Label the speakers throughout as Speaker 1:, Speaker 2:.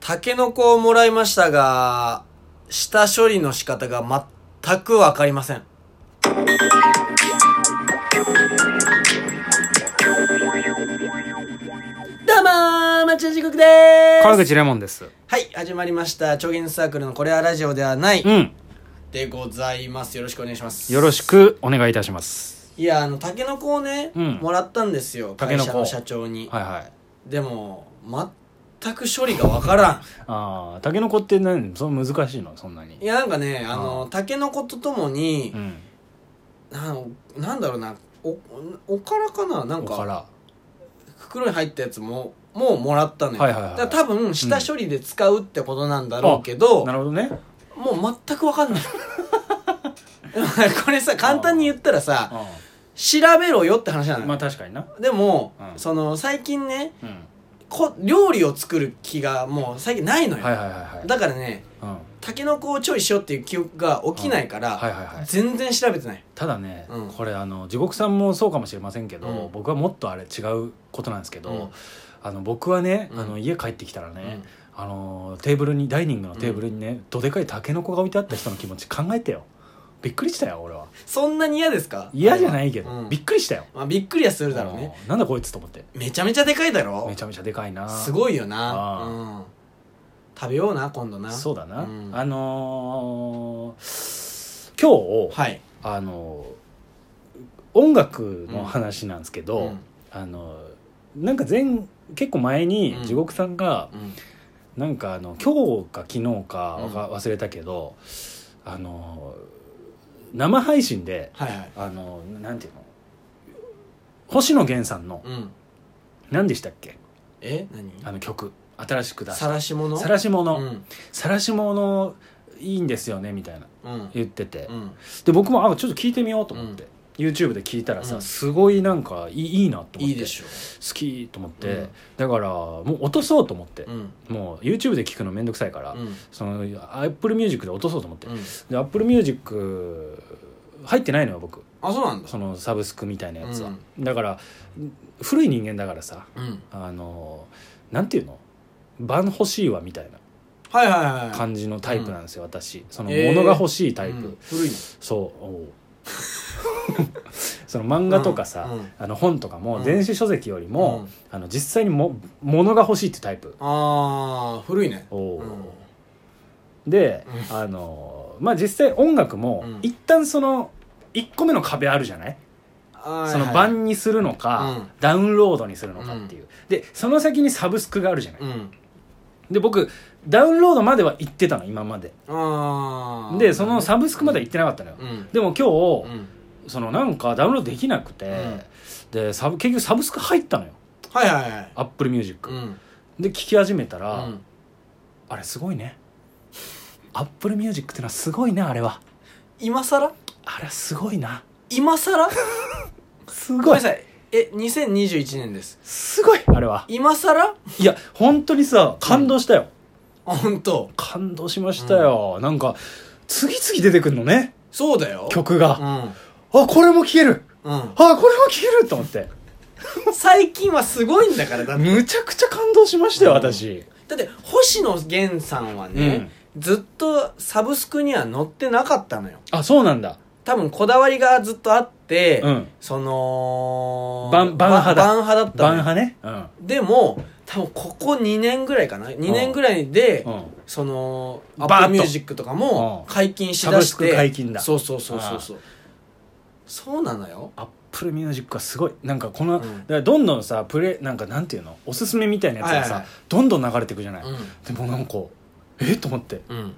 Speaker 1: タケノコをもらいましたが、下処理の仕方が全くわかりません。どうもー、町田時刻でーす。
Speaker 2: 川口レモンです。
Speaker 1: はい、始まりました。超現実サークルのこれはラジオではない。
Speaker 2: うん。
Speaker 1: でございます。よろしくお願いします。
Speaker 2: よろしくお願いいたします。
Speaker 1: いや、あの、タケノコをね、
Speaker 2: うん
Speaker 1: もらったんですよ。
Speaker 2: タケ
Speaker 1: 会
Speaker 2: ノコ
Speaker 1: 社の社長に。
Speaker 2: はいはい。
Speaker 1: でも、全く処理がわからん。
Speaker 2: ああ、タケノコって何その難しいのそんなに
Speaker 1: い。やなんかねあ
Speaker 2: う
Speaker 1: のタケノコとともに
Speaker 2: う、ん。
Speaker 1: なん、なんだろうなおおからかななん
Speaker 2: おか。
Speaker 1: から袋に入ったやつももうもらったのよ、
Speaker 2: はいはいはい
Speaker 1: だから多分下処理で使うってことなんだろうけど、
Speaker 2: なるほどね。
Speaker 1: もう全く分かんない これさ簡単に言ったらさ
Speaker 2: あ
Speaker 1: 調べろよって話なの
Speaker 2: あ
Speaker 1: よ、
Speaker 2: まあ確かにな。
Speaker 1: でも、
Speaker 2: うん
Speaker 1: その最近ね
Speaker 2: うん。
Speaker 1: こ料理を作る気がもう最近ないのよ、
Speaker 2: はいはいはいはい。
Speaker 1: だからね
Speaker 2: うん。は
Speaker 1: タケノコを調理しようっていう記憶が起きないから、
Speaker 2: いはいはい。
Speaker 1: 全然調べてない
Speaker 2: ただね
Speaker 1: うん、
Speaker 2: これあの、地獄さんもそうかもしれませんけ
Speaker 1: う
Speaker 2: ど
Speaker 1: ん、
Speaker 2: 僕はもっとあれ違うことなんですけ
Speaker 1: うん
Speaker 2: ど、あの、僕はね、
Speaker 1: うん
Speaker 2: あの、家帰ってきたら
Speaker 1: う
Speaker 2: ね
Speaker 1: ん、
Speaker 2: あの、テーブルに、ダイニングのテーブルにね、どでかいタケノコが置いてあった人の気持ち考えてよ。びっくりしたよ、俺は。
Speaker 1: そんなに嫌ですか
Speaker 2: 嫌じゃないけど、
Speaker 1: うん
Speaker 2: びっくりしたよ
Speaker 1: まあ、びっくりはするだろうね
Speaker 2: うんなんだこいつと思って
Speaker 1: めちゃめちゃでかいだろ
Speaker 2: めちゃめちゃでかいな
Speaker 1: す
Speaker 2: い
Speaker 1: ごいよな
Speaker 2: あ
Speaker 1: うん食べような今度な
Speaker 2: そうだな、
Speaker 1: うん
Speaker 2: あのー今日、
Speaker 1: はい
Speaker 2: あのー音楽の話なんですけど、
Speaker 1: ん
Speaker 2: あのーなんか前結構前に
Speaker 1: うん
Speaker 2: 地獄さんが、
Speaker 1: うん
Speaker 2: なんかあの今日か昨日かわか
Speaker 1: う
Speaker 2: 忘れたけど、あのー生配信で
Speaker 1: はいはい
Speaker 2: あのーなんていうの星野源さんの
Speaker 1: うん
Speaker 2: 何でしたっけ
Speaker 1: え何
Speaker 2: あの曲新しく出した
Speaker 1: さらし者
Speaker 2: さらし
Speaker 1: う
Speaker 2: 者、
Speaker 1: ん
Speaker 2: さらし者いいんですよねみたいな
Speaker 1: うん
Speaker 2: 言ってて、
Speaker 1: うん
Speaker 2: で僕もあちょっと聞いてみようと思って、YouTube で聞いたらさ、
Speaker 1: うん
Speaker 2: すごいなんかいいいいなと思って
Speaker 1: いいでしょ
Speaker 2: 好きと思って、
Speaker 1: うん
Speaker 2: だからもう落とそうと思って
Speaker 1: う、ん
Speaker 2: もう YouTube で聞くのめんどくさいから、
Speaker 1: うん
Speaker 2: その AppleMusic で落とそうと思って、
Speaker 1: うん
Speaker 2: で AppleMusic 入ってないのよ僕
Speaker 1: あそうなんだ
Speaker 2: そのサブスクみたいなやつは、
Speaker 1: う
Speaker 2: だから古い人間だからさ
Speaker 1: うん
Speaker 2: あのなんていうの版欲しいわみたいな
Speaker 1: はいはいはい
Speaker 2: 感じのタイプなんですよ、私その
Speaker 1: えー
Speaker 2: 物が欲しいタイプ、
Speaker 1: うん古い
Speaker 2: そう おうその漫画とかさ、
Speaker 1: うんうん
Speaker 2: あの本とか
Speaker 1: う
Speaker 2: も
Speaker 1: ん
Speaker 2: 電子書籍よりも、
Speaker 1: うん
Speaker 2: あの実際にも物が欲しいってタイプ
Speaker 1: ああ古いね
Speaker 2: おう
Speaker 1: うん
Speaker 2: で、あのまあ実際音楽も、
Speaker 1: うん
Speaker 2: 一旦その1個目の壁あるじゃない、
Speaker 1: はい
Speaker 2: その
Speaker 1: はい
Speaker 2: 版にするのか、
Speaker 1: うん
Speaker 2: ダウンロードにするのかっていう、でその先にサブスクがあるじゃない、
Speaker 1: うん
Speaker 2: で僕ダウンロードまでは行ってたの今まで
Speaker 1: ああ
Speaker 2: でそのサブスクまでは行ってなかったのよ、
Speaker 1: うん
Speaker 2: でも今日、
Speaker 1: うん
Speaker 2: そのなんかダウンロードできなくて、
Speaker 1: うん
Speaker 2: でサブ結局サブスク入ったのよ
Speaker 1: はいはいはい
Speaker 2: Apple Music、
Speaker 1: うん
Speaker 2: で聞き始めたら、
Speaker 1: うん
Speaker 2: あれすごいね Apple Music ってのはすごいねあれは
Speaker 1: 今さら
Speaker 2: あれはすごいな
Speaker 1: 今さら
Speaker 2: す
Speaker 1: ご
Speaker 2: ご
Speaker 1: めん
Speaker 2: い
Speaker 1: なさい。え、2021年です。
Speaker 2: すごいあれは
Speaker 1: 今更
Speaker 2: いや本当にさ感動したよ、
Speaker 1: 本当
Speaker 2: 感動しましたよ、なんか次々出てくるのね
Speaker 1: そうだよ。
Speaker 2: 曲が、
Speaker 1: う
Speaker 2: あ
Speaker 1: ん。
Speaker 2: これも聴ける
Speaker 1: うん
Speaker 2: あ。これも聴けると思って
Speaker 1: 最近はすごいんだから、だって。
Speaker 2: むちゃくちゃ感動しましたよ
Speaker 1: うん
Speaker 2: 私、
Speaker 1: だって、星野源さんはね、ずっとサブスクには載ってなかったのよ。
Speaker 2: あそうなんだ
Speaker 1: 多分こだわりがずっとあって、
Speaker 2: うん
Speaker 1: その
Speaker 2: バンバン派だ
Speaker 1: バン派だった
Speaker 2: バン
Speaker 1: のよ。
Speaker 2: 派ねうん
Speaker 1: でも、多分ここ2年ぐらいかな ?2 年ぐらいで、
Speaker 2: うん
Speaker 1: その、ア
Speaker 2: バーッと
Speaker 1: ップミュージックとかも
Speaker 2: うん
Speaker 1: 解禁し
Speaker 2: サ
Speaker 1: だ
Speaker 2: ブ
Speaker 1: し
Speaker 2: ス
Speaker 1: て。
Speaker 2: ク解禁だ
Speaker 1: そうそうそうそうそう。そうなのよ。
Speaker 2: アップルミュージックはすごいなんかこ
Speaker 1: うん
Speaker 2: の、だからどんどんさプレなんかなんていうのおすすめみたいなやつがさ、
Speaker 1: はいはい
Speaker 2: どんどん流れていくじゃない、
Speaker 1: う
Speaker 2: でもなんかえと思って
Speaker 1: ん。うん。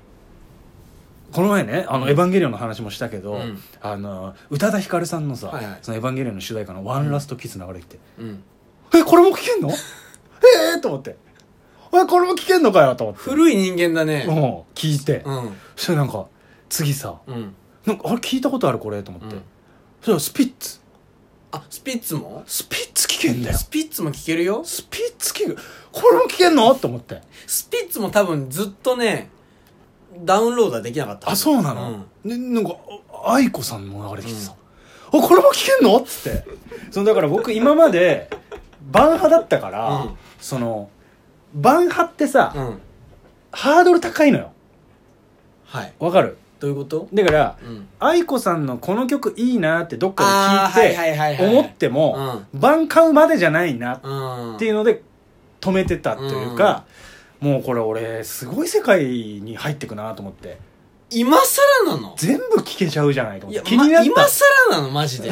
Speaker 2: この前ね「あのエヴァンゲリオン」の話もしたけど、
Speaker 1: うん
Speaker 2: あの宇多田ヒカルさんのさ「
Speaker 1: はいはい
Speaker 2: そのエヴァンゲリオン」の主題歌の「ワンラストキス」流れてきて、
Speaker 1: うん。
Speaker 2: えこれも聴けんのええと思ってえこれも聴けんのかよと思って
Speaker 1: 古い人間だね。
Speaker 2: もうん聞いて、
Speaker 1: うん。
Speaker 2: そしたらなんか次さ
Speaker 1: うん。
Speaker 2: なんかあれ聞いたことあるこれと思って、
Speaker 1: うん
Speaker 2: そしたらスピッツ
Speaker 1: あ、スピッツも
Speaker 2: スピッツ聴けんだよ
Speaker 1: スピッツも聴けるよ。
Speaker 2: スピッツ聴くこれも聴けんのと思って
Speaker 1: スピッツも多分ずっとね、ダウンロードはできなかった。
Speaker 2: あそうなの、ねなんかあ愛子さんの流れてきてさ、あこれも聞けんのっつってそのだから僕今までバン派だったから、
Speaker 1: うん
Speaker 2: そのバン派ってさ、
Speaker 1: うん。うん。
Speaker 2: ハードル高いのよ
Speaker 1: はい
Speaker 2: わかる
Speaker 1: どういうこと
Speaker 2: だから
Speaker 1: うん
Speaker 2: 愛子さんのこの曲いいなってどっかで
Speaker 1: あーはいはい
Speaker 2: 聞い
Speaker 1: はい
Speaker 2: て
Speaker 1: はい
Speaker 2: 思っても番買うまでじゃないなっ
Speaker 1: うん
Speaker 2: ていうので止めてたというかもうこれ俺すごい世界に入ってくなと思って
Speaker 1: 今更なの
Speaker 2: 全部聞けちゃうじゃない
Speaker 1: い
Speaker 2: と思っ
Speaker 1: や
Speaker 2: て気になっ
Speaker 1: ま今
Speaker 2: た
Speaker 1: 更なのマ ジで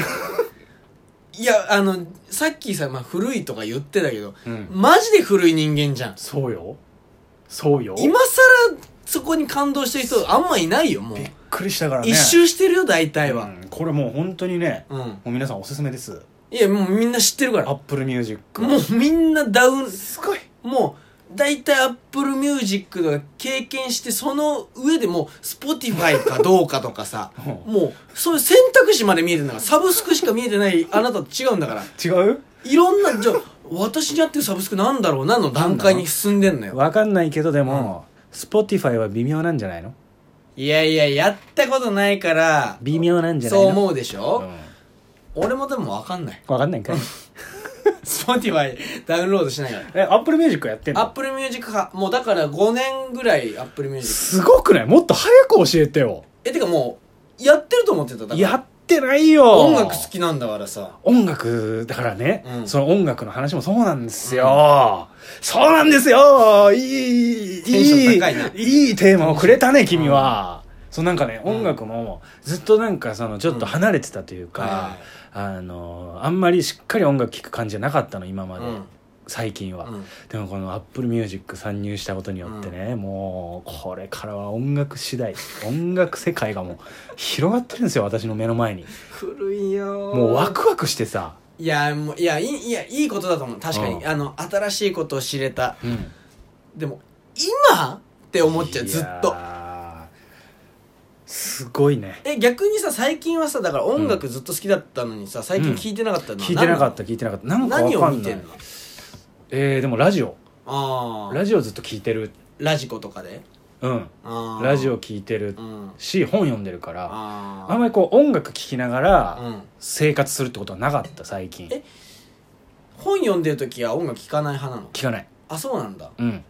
Speaker 1: いやあのさっきさ、まあ、古いとか言ってたけど
Speaker 2: うん
Speaker 1: マジで古い人間じゃん
Speaker 2: そうよそうよ
Speaker 1: 今更そこに感動してる人あんまいないよもう、
Speaker 2: びっくりしたからね
Speaker 1: 一周してるよ大体
Speaker 2: う
Speaker 1: は
Speaker 2: んこれもう本当にね
Speaker 1: うん、
Speaker 2: もう皆さんおすすめです
Speaker 1: いやもうみんな知ってるか
Speaker 2: ア
Speaker 1: ら
Speaker 2: ップルミュージック
Speaker 1: もうみんなダウン
Speaker 2: すごい
Speaker 1: もう大体アップルミュージックとか経験してその上でもう Spotify かどうかとかさ
Speaker 2: うん
Speaker 1: もうそういう選択肢まで見えてるんだからサブスクしか見えてないあなたと違うんだから
Speaker 2: 違う
Speaker 1: いろんなじゃあ私に合ってるサブスクなんだろうなの段階に進んでんのよ
Speaker 2: わかんないけどでも Spotify は微妙なんじゃないの
Speaker 1: いやいややったことないから
Speaker 2: 微妙なんじゃない
Speaker 1: そう
Speaker 2: の
Speaker 1: 思うでしょ、
Speaker 2: う
Speaker 1: 俺もでもわかんない
Speaker 2: んわかんないんかい
Speaker 1: Spotify ダウンロードしないから
Speaker 2: えアップルミュージックやってんの
Speaker 1: Apple Music 派もうだから5年ぐらい Apple Music
Speaker 2: すごくないもっと早く教えてよ
Speaker 1: えてかもうやってると思ってただから
Speaker 2: やってないよ
Speaker 1: 音楽好きなんだからさ
Speaker 2: 音楽だからね、
Speaker 1: うん
Speaker 2: その音楽の話もそうなんですよ、そうなんですよいいいい
Speaker 1: テンション高いない
Speaker 2: いテーマをくれたね君は、そうなんかね音楽もずっとなんかそのちょっと離れてたというか、あのあんまりしっかり音楽聴く感じじゃなかったの今まで、
Speaker 1: うん
Speaker 2: 最近は、
Speaker 1: うん
Speaker 2: でもこのアップルミュージック参入したことによってね、もうこれからは音楽次第音楽世界がもう広がってるんですよ私の目の前に
Speaker 1: 古いよー
Speaker 2: もうワクワクしてさ、
Speaker 1: いやもういやいいいやいいことだと思う確かに、
Speaker 2: うん
Speaker 1: あの新しいことを知れた
Speaker 2: うん、
Speaker 1: でも今って思っちゃうずっ
Speaker 2: い
Speaker 1: と
Speaker 2: やーすごいね
Speaker 1: え逆にさ最近はさだから音楽ずっと好きだったのにさ最近聞いてなかったのは
Speaker 2: 聞いてなかっ
Speaker 1: 何
Speaker 2: た聞いてなかったなんか
Speaker 1: なの何
Speaker 2: わ
Speaker 1: を
Speaker 2: かん
Speaker 1: 見
Speaker 2: な
Speaker 1: て
Speaker 2: い
Speaker 1: んの
Speaker 2: えー、でもラジオ
Speaker 1: ああ
Speaker 2: ラジオずっと聞いてる
Speaker 1: ラジコとかで
Speaker 2: うん
Speaker 1: あー
Speaker 2: ラジオ聞いてる
Speaker 1: うん
Speaker 2: し本読んでるから
Speaker 1: あ
Speaker 2: あんまりこう音楽聴きなが
Speaker 1: りう
Speaker 2: ら
Speaker 1: ん
Speaker 2: 生活するってことはなかった最近
Speaker 1: え本読んでる時は音楽聴かない派なの
Speaker 2: 聞かない
Speaker 1: あそうなんだ
Speaker 2: うん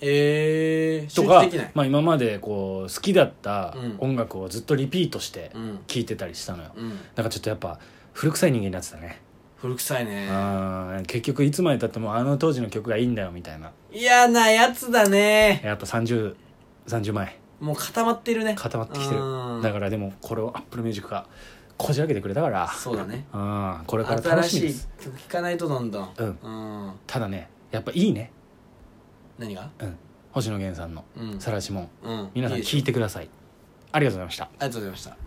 Speaker 1: ええー、集
Speaker 2: と
Speaker 1: 中
Speaker 2: か
Speaker 1: できない、
Speaker 2: まあ今までこう好きだった
Speaker 1: うん
Speaker 2: 音楽をずっとリピートして
Speaker 1: うん
Speaker 2: 聞いてたりしたのよ
Speaker 1: うん
Speaker 2: なんかちょっとやっぱ古臭い人間になってたね
Speaker 1: 古臭いね
Speaker 2: うん結局いつまでたってもあの当時の曲がいいんだよみたいな
Speaker 1: 嫌なやつだね
Speaker 2: やっぱ3030枚
Speaker 1: もう固まってるね
Speaker 2: 固まってきてる
Speaker 1: うん
Speaker 2: だからでもこれをアップルミュージックがこじ開けてくれたから
Speaker 1: そうだね
Speaker 2: うんこれから楽
Speaker 1: 新
Speaker 2: しみ
Speaker 1: し
Speaker 2: で
Speaker 1: い
Speaker 2: す
Speaker 1: 曲聴かないとどんどん
Speaker 2: うん
Speaker 1: うん
Speaker 2: ただねやっぱいいね、
Speaker 1: 何が
Speaker 2: うん、星野源さんの
Speaker 1: うん
Speaker 2: 「さらしもん
Speaker 1: うん」
Speaker 2: 皆さん
Speaker 1: いいでしょ
Speaker 2: 聞いてくださいありがとうございました
Speaker 1: ありがとうございました